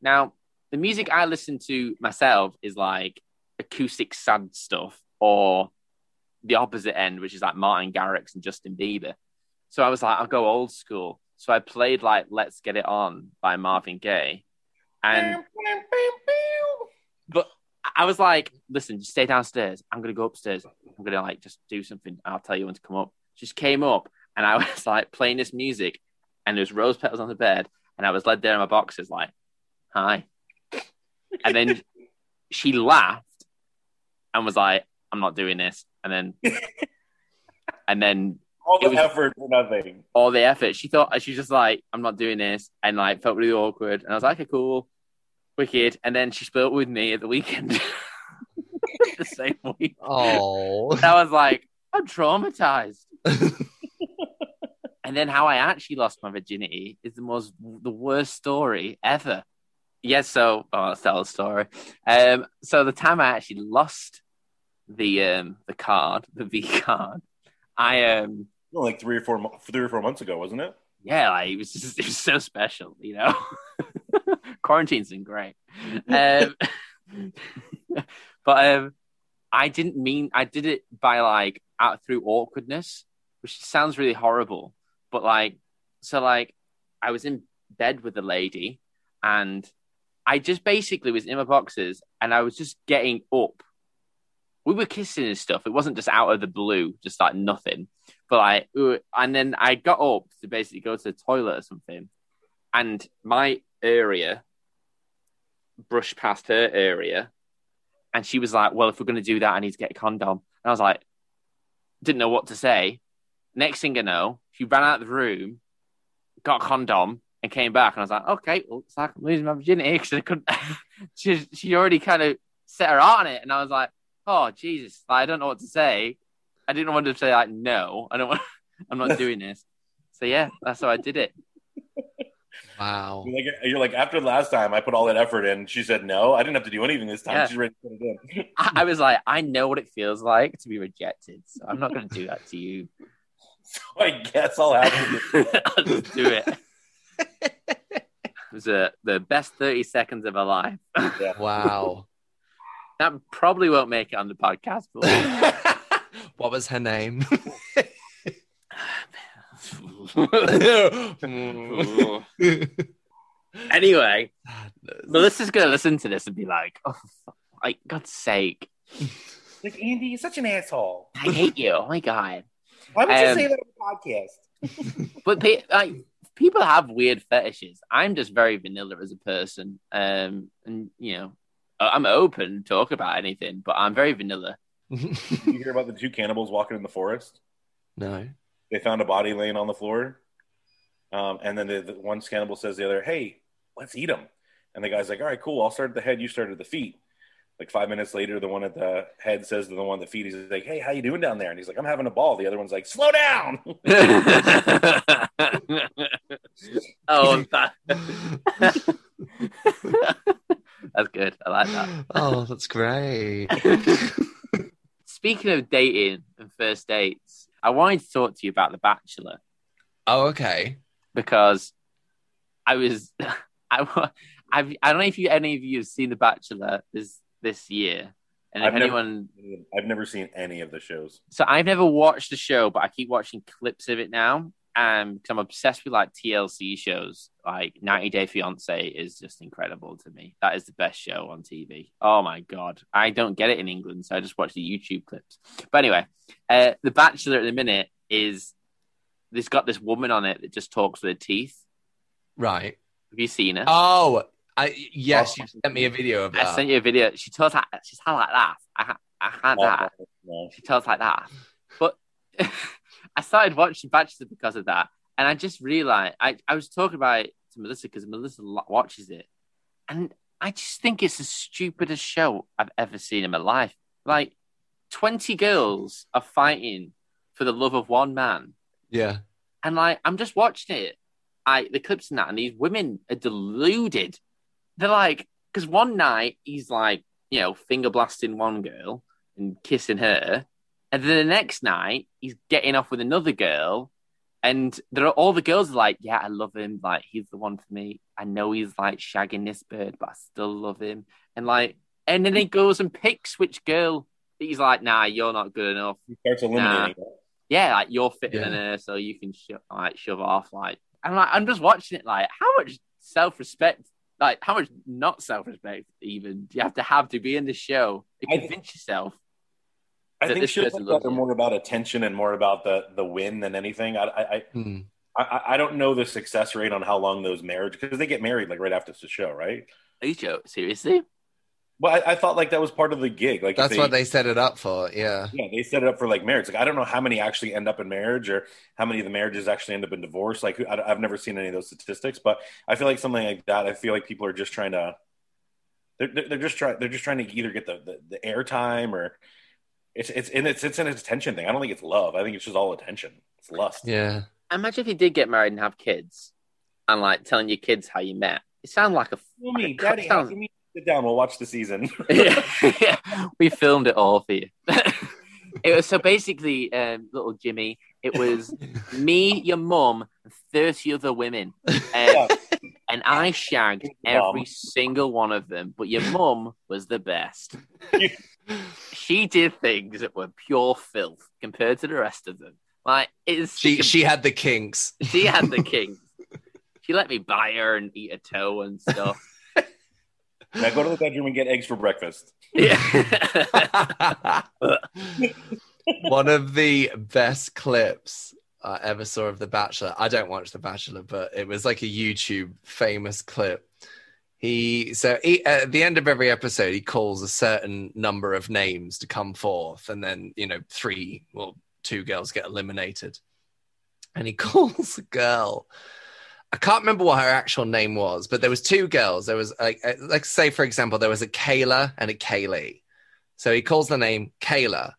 Speaker 2: Now the music I listen to myself is like acoustic sad stuff or the opposite end, which is like Martin Garrix and Justin Bieber. So I was like, I'll go old school. So I played like Let's Get It On by Marvin Gaye. And but I was like, listen, just stay downstairs. I'm gonna go upstairs. I'm gonna like just do something. I'll tell you when to come up. Just came up and I [laughs] was like playing this music and there's rose petals on the bed and I was led there in my boxes like, hi. And then she laughed and was like, I'm not doing this. And then and then
Speaker 4: All the
Speaker 2: It was-
Speaker 4: effort for nothing.
Speaker 2: all the effort. She thought she was just like, I'm not doing this, and like felt really awkward. And I was like, okay, cool, wicked. And then she split with me at the weekend, [laughs] the same week.
Speaker 3: Oh.
Speaker 2: And I was like, I'm traumatized. and then how I actually lost my virginity is the most the worst story ever. Yes, so oh, that's the whole story. Um, so the time I actually lost the um the card, the V card, I um
Speaker 4: Well, Like three or four, mo- three or four months ago, wasn't it?
Speaker 2: yeah, like it was just [laughs] it was so special, you know. [laughs] Quarantine's been great, um, [laughs] but um, I didn't mean I did it by like out through awkwardness, which sounds really horrible. But like, so like, I was in bed with a lady, and I just basically was in my boxes, and I was just getting up. We were kissing and stuff. It wasn't just out of the blue, just like nothing but I ooh, and then I got up to basically go to the toilet or something, and my area brushed past her area, and she was like, "Well, if we're gonna do that, I need to get a condom." And I was like, didn't know what to say. Next thing I know, she ran out of the room, got a condom, and came back, and I was like, "Okay, well, it's like I'm losing my virginity because I couldn't." [laughs] she she already kind of set her heart on it, and I was like, "Oh Jesus, I don't know what to say." I didn't want to say like no. I don't want. [laughs] I'm not doing this. So yeah, that's how I did it.
Speaker 3: Wow.
Speaker 4: You're like, you're like after last time, I put all that effort in. She said no. I didn't have to do anything this time.
Speaker 2: Yeah.
Speaker 4: She's ready to put it in.
Speaker 2: I, I was like, I know what it feels like to be rejected. So I'm not going to do that to you. [laughs]
Speaker 4: So [laughs] I guess I'll have to. do-
Speaker 2: I'll just do it. It was uh, the best 30 seconds of my life.
Speaker 3: Wow.
Speaker 2: That probably won't make it on the podcast.
Speaker 3: [laughs] what was her name? [laughs] [laughs]
Speaker 2: But... anyway, Melissa's going to listen to this and be like, oh, for fuck- like God's sake,
Speaker 4: Like Andy, you're such an asshole.
Speaker 2: I hate you. Oh my God.
Speaker 4: Why would you
Speaker 2: Um,
Speaker 4: say that on the podcast?
Speaker 2: but pe- like people have weird fetishes. I'm just very vanilla as a person, um, and you know, I- I'm open to talk about anything, but I'm very vanilla. [laughs]
Speaker 4: Did you hear about the two cannibals walking in the forest?
Speaker 3: no.
Speaker 4: They found a body laying on the floor, um, and then the, the one cannibal says to the other, "Hey, let's eat them." And the guy's like, "All right, cool. I'll start at the head. You start at the feet." Like five minutes later, the one at the head says to the one at the feet, "He's like, hey, how you doing down there?" And he's like, "I'm having a ball." The other one's like, "Slow down." [laughs]
Speaker 2: oh, that- that's good. I like that.
Speaker 3: oh, that's great.
Speaker 2: Speaking of dating and first dates, I wanted to talk to you about The Bachelor.
Speaker 3: Oh, okay.
Speaker 2: because I was [laughs] I wa- I've, I don't know if you any of you have seen The Bachelor this this year, and if
Speaker 4: I've never-
Speaker 2: anyone
Speaker 4: I've never seen any of the shows.
Speaker 2: so I've never watched the show, but I keep watching clips of it now, and because I'm obsessed with like TLC shows. Like 90 Day Fiance is just incredible to me. That is the best show on TV. Oh my god, I don't get it in England, so I just watch the YouTube clips. But anyway, uh, The Bachelor at the minute is this got this woman on it that just talks with her teeth.
Speaker 3: Right.
Speaker 2: Have you seen her?
Speaker 3: Oh, I yes,
Speaker 4: Oh.
Speaker 3: you sent me a video of
Speaker 2: I
Speaker 3: that.
Speaker 2: sent you a video. She tells like she's had like that. I ha- I had that.
Speaker 4: No.
Speaker 2: She tells like that. But [laughs] I started watching Bachelor because of that, and I just realized I I was talking about it to Melissa because Melissa lo- watches it, and I just think it's the stupidest show I've ever seen in my life. Like twenty girls are fighting for the love of one man,
Speaker 3: Yeah.
Speaker 2: and like I'm just watching it. I the clips and that, and these women are deluded. They're like, because one night he's like, you know, finger blasting one girl and kissing her, and then the next night he's getting off with another girl, and there are all the girls are like, yeah, I love him, like he's the one for me. I know he's like shagging this bird, but I still love him, and like, and then he goes and picks which girl. He's like, nah, you're not good enough.
Speaker 4: He starts eliminating. it.
Speaker 2: Yeah, like you're fitter
Speaker 3: Yeah.
Speaker 2: than her, so you can sho- like shove off. Like, and like, I'm just watching it. Like, how much self respect, like how much not self respect, even do you have to have to be in the show to
Speaker 4: I-
Speaker 2: convince yourself?
Speaker 4: I
Speaker 2: that
Speaker 4: think
Speaker 2: this
Speaker 4: shows
Speaker 2: person
Speaker 4: like
Speaker 2: loves
Speaker 4: that are
Speaker 2: you.
Speaker 4: more about attention and more about the the win than anything. I I, I-
Speaker 3: Hmm.
Speaker 4: I I don't know the success rate on how long those marriage because they get married like right after the show, right?
Speaker 2: Are you joking? Seriously?
Speaker 4: Well, I, I thought like that was part of the gig. Like if
Speaker 3: That's what they set it up for. Yeah.
Speaker 4: yeah they set it up for like marriage. Like I don't know how many actually end up in marriage or how many of the marriages actually end up in divorce. Like I, I've never seen any of those statistics, but I feel like something like that. I feel like people are just trying to they're they're they're just trying they're just trying to either get the the, the airtime or it's it's and it's it's an attention thing. I don't think it's love. I think it's just all attention. It's lust.
Speaker 3: Yeah.
Speaker 2: Imagine if you did get married and have kids, and like telling your kids how you met. It sounds like a.
Speaker 4: Kill me,
Speaker 2: Like a
Speaker 4: Daddy.
Speaker 2: touchdown.
Speaker 4: Kill me. Sit down. We'll watch
Speaker 3: [laughs]
Speaker 4: the season. [laughs]
Speaker 2: yeah, [laughs] we filmed it all for you. [laughs] it was so basically, um, little Jimmy. It [laughs] was me, your mum, and thirty other [laughs] women. Um,
Speaker 4: Yeah.
Speaker 2: and I shagged
Speaker 4: Mum.
Speaker 2: every single one of them, but your mum was the best.
Speaker 3: [laughs]
Speaker 2: she did things that were pure filth compared to the rest of them. Like it's
Speaker 3: She she had the kinks.
Speaker 2: she had the king. She let me buy her and eat a toe and stuff.
Speaker 3: [laughs]
Speaker 4: now go to the bedroom and get eggs for breakfast.
Speaker 2: Yeah.
Speaker 3: [laughs] One of the best clips I ever saw of The Bachelor. I don't watch The Bachelor, but it was like a YouTube famous clip. He so he, at the end of every episode, he calls a certain number of names to come forth, and then you know three or two girls get eliminated. And he [laughs] calls a girl. I can't remember what her actual name was, but there was two girls. There was like, uh, like say for example, there was a Kayla and a Kaylee. So he calls the name Kayla.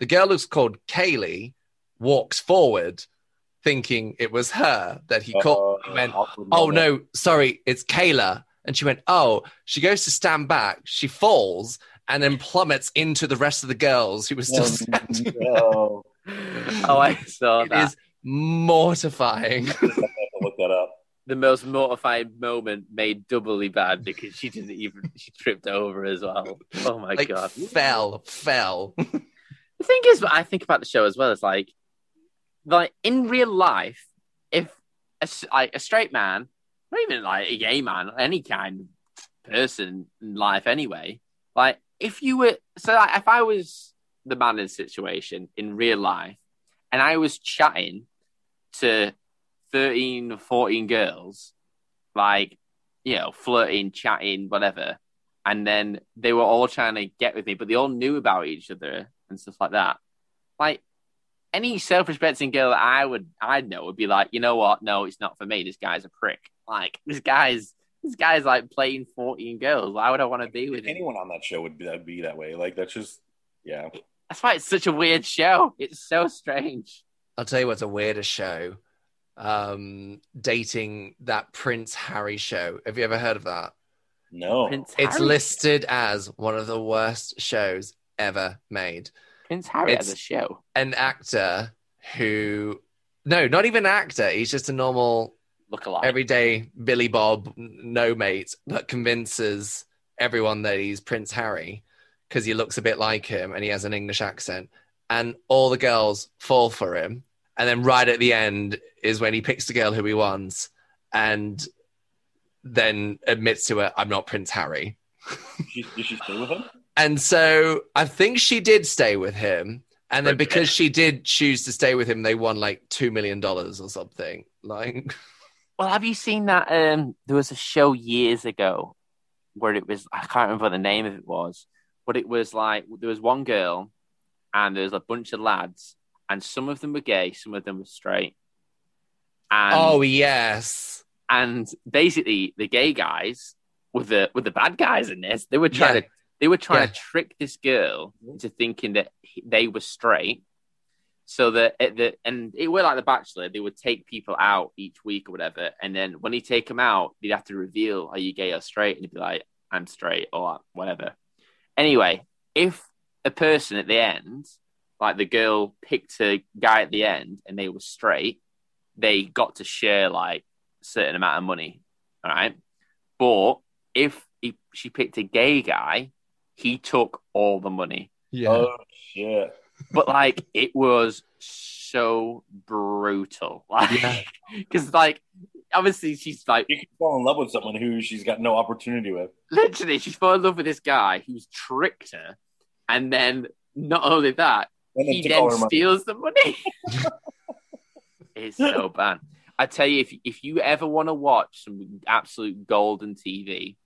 Speaker 3: The girl who's called Kaylee walks forward, thinking it was her that he called.
Speaker 4: Uh,
Speaker 3: and went,
Speaker 4: awkward
Speaker 3: oh
Speaker 4: moment.
Speaker 3: no, sorry, it's Kayla. And she went, oh. She goes to stand back. She falls and then plummets into the rest of the girls who were still standing.
Speaker 4: no.
Speaker 2: [laughs] oh, I saw
Speaker 3: It
Speaker 2: that.
Speaker 3: is mortifying.
Speaker 2: Oh,
Speaker 4: I have to look
Speaker 3: [laughs]
Speaker 4: that up.
Speaker 2: the most mortifying moment made doubly bad because she didn't even she tripped over as well. Oh my
Speaker 3: like
Speaker 2: god.
Speaker 3: fell, fell.
Speaker 2: The thing is what I think about the show as well is like like in real life, if a, s- like, a straight man, not even like a gay man, any kind of person in life anyway, like if you were so like, if I was the man in the situation in real life and I was chatting to 13 or 14 girls, like, you know, flirting, chatting, whatever. And then they were all trying to get with me, but they all knew about each other and stuff like that. Like, any self respecting girl that I would, I'd know would be like, you know what? No, it's not for me. This guy's a prick. Like, this guy's, this guy's like playing 14 girls. Why would I want to be with him?
Speaker 4: Anyone on that show would be, that'd be that way. Like that's just yeah.
Speaker 2: That's why it's such a weird show. It's so strange.
Speaker 3: I'll tell you what's a weirder show. Um, dating that Prince Harry show. Have you ever heard of that?
Speaker 4: No.
Speaker 2: Prince
Speaker 3: Oh, It's
Speaker 2: Harry,
Speaker 3: listed as one of the worst shows ever made.
Speaker 2: Prince Harry has
Speaker 3: it's-
Speaker 2: a show.
Speaker 3: An actor who, no, not even an actor. He's just a normal,
Speaker 2: Look alike.
Speaker 3: everyday Billy Bob, n- no mate, but convinces everyone that he's Prince Harry because he looks a bit like him and he has an English accent. And all the girls fall for him. And then right at the end is when he picks the girl who he wants and then admits to her, I'm not Prince Harry.
Speaker 4: Did she, did she stay with him?
Speaker 3: And so I think she did stay with him. And then
Speaker 2: Okay.
Speaker 3: because she did choose to stay with him, they won like two million dollars or something. Like
Speaker 2: Well, have you seen that? Um, there was a show years ago where it was, I can't remember what the name of it was, but it was like there was one girl and there was a bunch of lads, and some of them were gay, some of them were straight. And,
Speaker 3: Oh yes.
Speaker 2: and basically, the gay guys with the with the bad guys in this, they were trying
Speaker 3: Yeah.
Speaker 2: to they were trying to
Speaker 3: Yeah.
Speaker 2: trick this girl into thinking that he- they were straight, so that at the and it were like The Bachelor, they would take people out each week or whatever, and then when he take them out, they'd have to reveal are you gay or straight, and he'd be like, I'm straight or whatever. Anyway, if a person at the end, like the girl picked a guy at the end and they were straight, they got to share like a certain amount of money. All right. But if he, she picked a gay guy, he took all the money.
Speaker 3: Yeah.
Speaker 4: Oh shit!
Speaker 2: But like it was so brutal. [laughs] Like, because like obviously she's like
Speaker 4: You can fall in love with someone who she's got no opportunity with.
Speaker 2: literally she fell in love with this guy who's tricked her, and then not only that,
Speaker 4: And then
Speaker 2: he
Speaker 4: took all
Speaker 2: then
Speaker 4: her money.
Speaker 2: steals the
Speaker 4: [laughs]
Speaker 2: money. it's so bad. I tell you, if if you ever want to watch some absolute golden TV,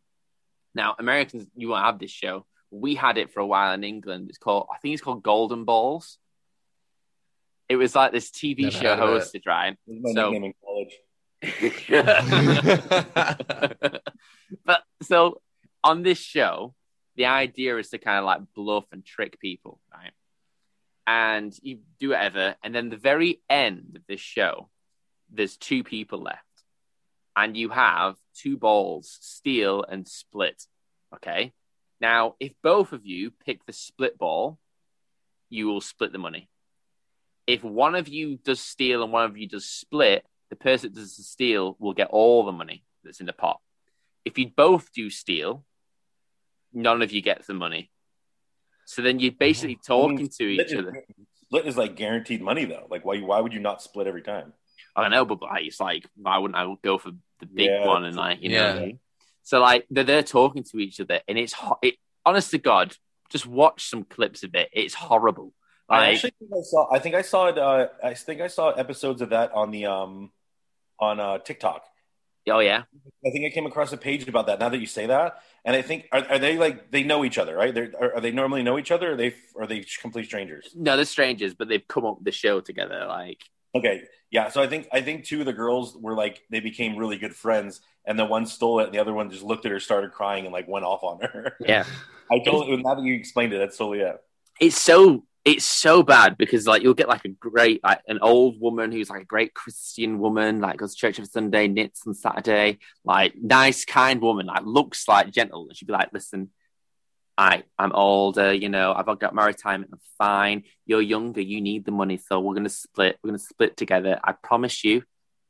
Speaker 2: now Americans, you won't have this show. We had it for a while in England. It's called, I think it's called Golden Balls. It was like this TV
Speaker 3: Never
Speaker 2: show
Speaker 3: heard of it.
Speaker 2: hosted, right?
Speaker 4: This is my
Speaker 2: So-
Speaker 4: nickname in college.
Speaker 2: [laughs] but so on this show, the idea is to kind of like bluff and trick people, right? And you do whatever. And then the very end of this show, there's two people left. And you have two balls, steal and split. Okay. Now, if both of you pick the split ball, you will split the money. If one of you does steal and one of you does split, the person that does the steal will get all the money that's in the pot. If you both do steal, none of you gets the money. So then you're basically talking to each
Speaker 4: Split is-
Speaker 2: other.
Speaker 4: Split is like guaranteed money though. Like why why would you not split every time?
Speaker 2: I know, but like, it's like, why wouldn't I go for the big
Speaker 4: Yeah.
Speaker 2: one? And like, you know, what I
Speaker 3: Yeah.
Speaker 2: mean? so like they're there talking to each other, and it's ho- it. Honest to God, just watch some clips of it. It's horrible.
Speaker 4: I
Speaker 2: Like,
Speaker 4: actually think I saw. I think I saw it. Uh, I think I saw episodes of that on the um on uh, TikTok.
Speaker 2: oh yeah,
Speaker 4: I think I came across a page about that. Now that you say that, and I think are, are they like they know each other, right? They're, are, are they normally know each other? Or are they are they complete strangers?
Speaker 2: no, they're strangers, but they've come up with the show together. Like,
Speaker 4: Okay, yeah. So I think I think two of the girls were like they became really good friends, and the one stole it, and the other one just looked at her, started crying, and like went off on her. [laughs]
Speaker 2: yeah,
Speaker 4: I totally now that you explained it, that's totally it.
Speaker 2: it's so it's so bad because like you'll get like a great like an old woman who's like a great Christian woman, like goes to church every Sunday, knits on Saturday, like nice, kind woman, like looks like gentle, and she'd be like, "Listen, I I'm older, you know, I've got my retirement, I'm fine. You're younger, you need the money, so we're gonna split. We're gonna split together. I promise you,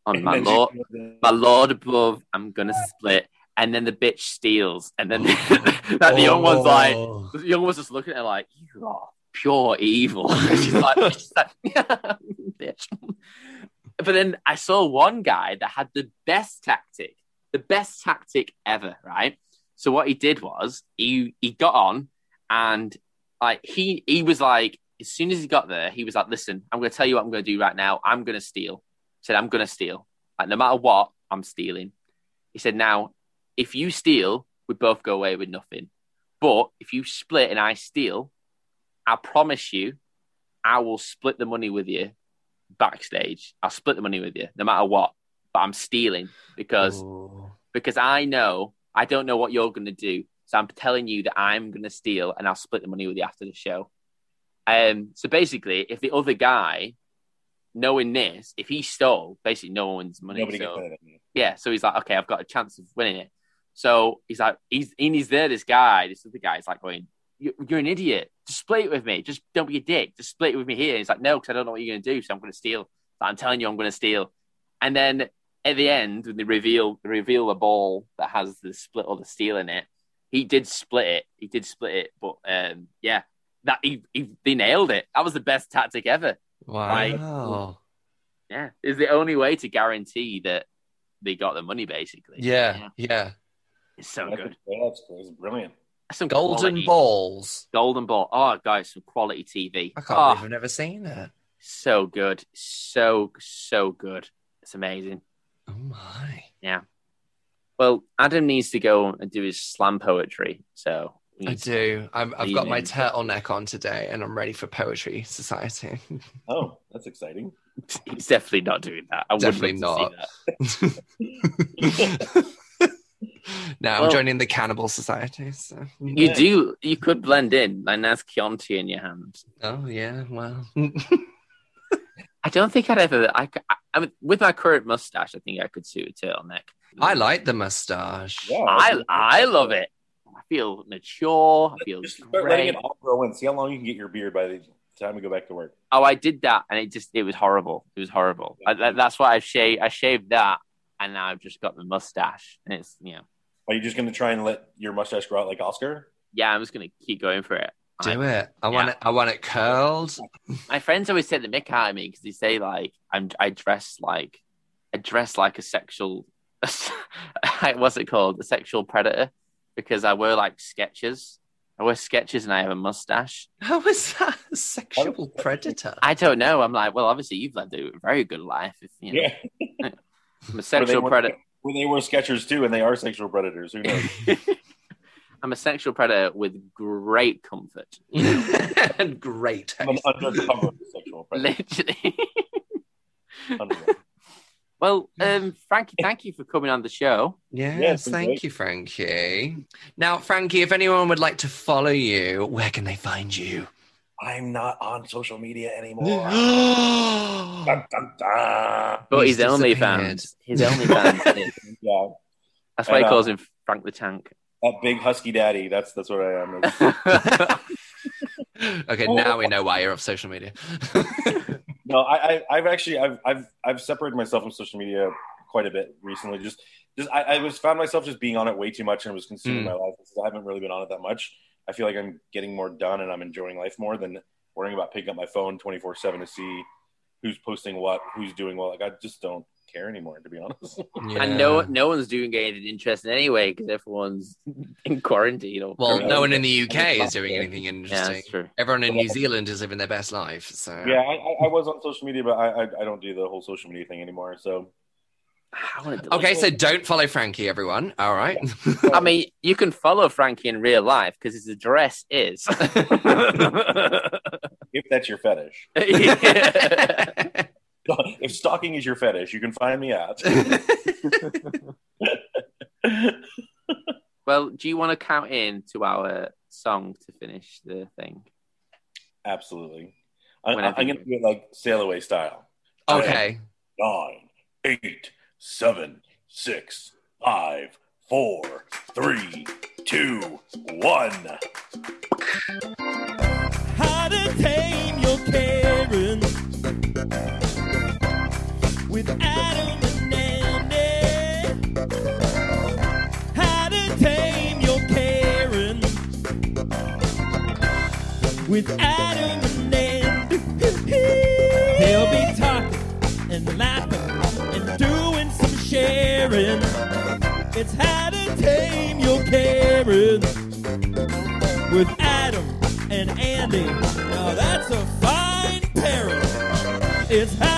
Speaker 2: on
Speaker 4: [laughs]
Speaker 2: my
Speaker 4: And then she-
Speaker 2: lord, my lord above, I'm gonna split." And then the bitch steals, and then [laughs] that the young one's like. The young was just looking at her like, you are pure evil. [laughs] she's like, she's like [laughs] bitch. But then I saw one guy that had the best tactic, the best tactic ever, right? So what he did was he he got on and like he he was like, as soon as he got there, he was like, listen, I'm gonna tell you what I'm gonna do right now. I'm gonna steal. He said, I'm gonna steal. Like no matter what, I'm stealing. He said, now if you steal, we both go away with nothing. But if you split and I steal, I promise you, I will split the money with you backstage. I'll split the money with you, no matter what. But I'm stealing because
Speaker 3: Oh,
Speaker 2: because I know I don't know what you're going to do. So I'm telling you that I'm going to steal and I'll split the money with you after the show. Um, so basically, if the other guy, knowing this, if he stole, basically no one's money.
Speaker 4: Nobody
Speaker 2: so,
Speaker 4: gets that. at me.
Speaker 2: yeah, so he's like, okay, I've got a chance of winning it. So he's like, he's and he's there. This guy, this other guy, is like going, "You- "You're an idiot. Just split it with me. Just don't be a dick. Just split it with me here." he's like, "No, because I don't know what you're going to do. So I'm going to steal. But I'm telling you, I'm going to steal." And then at the end, when they reveal they reveal the ball that has the split or the steal in it, he did split it. He did split it. But um, yeah, that he, he they nailed it. That was the best tactic ever
Speaker 3: Wow.
Speaker 2: yeah, is the only way to guarantee that they got the money. Basically,
Speaker 3: Yeah, yeah.
Speaker 2: it's so
Speaker 4: That's,
Speaker 2: good.
Speaker 4: that's, that's brilliant.
Speaker 2: Some
Speaker 3: Golden
Speaker 2: quality-
Speaker 3: balls.
Speaker 2: golden ball. Oh, guys, some quality TV.
Speaker 3: I can't
Speaker 2: Oh,
Speaker 3: believe I've never seen that.
Speaker 2: so good, so so good. It's amazing.
Speaker 3: Oh my.
Speaker 2: Well, Adam needs to go and do his slam poetry. So we
Speaker 3: I
Speaker 2: need to-
Speaker 3: do. I'm, I've got my
Speaker 2: Leaving.
Speaker 3: turtleneck on today, and I'm ready for poetry society. [laughs]
Speaker 4: Oh, that's exciting.
Speaker 2: he's definitely not doing that. I would
Speaker 3: Definitely
Speaker 2: love to see
Speaker 3: not.
Speaker 2: that.
Speaker 3: now I'm
Speaker 2: Well-
Speaker 3: joining the cannibal society. So.
Speaker 2: You
Speaker 4: Yeah.
Speaker 2: do. You could blend in, and that's Chianti in your hand.
Speaker 3: Oh yeah, well,
Speaker 2: I don't think I'd ever. I, c- I- I mean, with my current mustache, I think I could suit a turtleneck.
Speaker 3: I like the mustache.
Speaker 4: Oh, Yeah,
Speaker 2: I I love it. feel mature. I feel
Speaker 4: Just start letting
Speaker 2: great.
Speaker 4: it all grow in. See how long you can get your beard by the time we go back to work.
Speaker 2: Oh, I did that, and it just it was horrible. It was horrible. I, that, that's why I shaved. I shaved that, and now I've just got the mustache, and it's you know,
Speaker 4: Are you just going to try and let your mustache grow out like Oscar?
Speaker 2: yeah, I'm just gonna keep going for it.
Speaker 3: Do it. I want it. I want it curled.
Speaker 2: My friends always take the mick out of me because they say like I'm I dress like I dress like a sexual [laughs] what's it called a sexual predator because I wear like sketches. I wear sketches and I have a mustache.
Speaker 3: How is that [laughs] a sexual
Speaker 4: Oh.
Speaker 3: predator? [laughs]
Speaker 2: I don't know. I'm like, well, obviously you've led a very good life. If you know, I'm a sexual
Speaker 4: more-
Speaker 2: predator.
Speaker 4: Well, they were Skechers too, and they are sexual predators. Who
Speaker 2: [laughs]
Speaker 4: knows?
Speaker 2: I'm a sexual predator with great comfort.
Speaker 3: and great.
Speaker 4: I'm an undercover sexual predator.
Speaker 2: [laughs] Literally.
Speaker 4: Undercover.
Speaker 2: well, um, Frankie, thank you for coming on the show.
Speaker 3: Yes,
Speaker 4: Yes,
Speaker 3: thank
Speaker 4: great.
Speaker 3: you, Frankie. Now, Frankie, if anyone would like to follow you, where can they
Speaker 2: [gasps]
Speaker 3: find you? [gasps]
Speaker 4: I'm not on social media anymore.
Speaker 3: But
Speaker 4: Dun, dun, dun.
Speaker 2: But
Speaker 3: He's
Speaker 2: his only
Speaker 3: disappeared.
Speaker 2: fans. His only [laughs] fans.
Speaker 4: Yeah,
Speaker 2: That's why he
Speaker 4: And, uh,
Speaker 2: calls him Frank the [laughs] Tank.
Speaker 4: that big husky daddy. That's that's what I am.
Speaker 2: [laughs]
Speaker 3: okay, now we know why you're off
Speaker 2: [laughs]
Speaker 3: social media.
Speaker 4: No, I, I I've actually I've I've I've separated myself from social media quite a bit recently. Just just I, I was found myself just being on it way too much and it was consuming
Speaker 3: Mm.
Speaker 4: my life. I haven't really been on it that much. I feel like I'm getting more done and I'm enjoying life more than worrying about picking up my phone twenty four seven to see who's posting what, who's doing what. Like I just don't care anymore, to be honest.
Speaker 2: And no, no one's doing anything interesting anyway because everyone's in quarantine. Or
Speaker 3: well,
Speaker 4: Correct.
Speaker 3: no one in the UK is doing anything
Speaker 2: yeah,
Speaker 3: interesting.
Speaker 2: that's true.
Speaker 3: Everyone in New Zealand is living their best life. So
Speaker 4: yeah, I, I, I was on social media, but I, I I don't do the whole social media thing anymore. So
Speaker 2: I wanna delete
Speaker 3: Okay,
Speaker 2: it.
Speaker 3: so don't follow Frankie, everyone. All right.
Speaker 2: I mean, you can follow Frankie in real life because his address is.
Speaker 4: if that's your fetish, [laughs] if stalking is your fetish, you can find me out.
Speaker 2: [laughs] Well, do you want to count in to our song to finish the thing?
Speaker 4: Absolutely. I, I, I'm
Speaker 2: Whenever you-
Speaker 4: going to do it like sail away style.
Speaker 3: [laughs] okay.
Speaker 4: Nine, eight, seven, six, five, four, three, two, one.
Speaker 5: how to tame your Karen with Adam and Andy. How to tame your Karen with Adam and Andy. They'll be talking and laughing and doing some sharing. It's how to tame your Karen with Adam and Andy. Now that's a fine pairing. It's how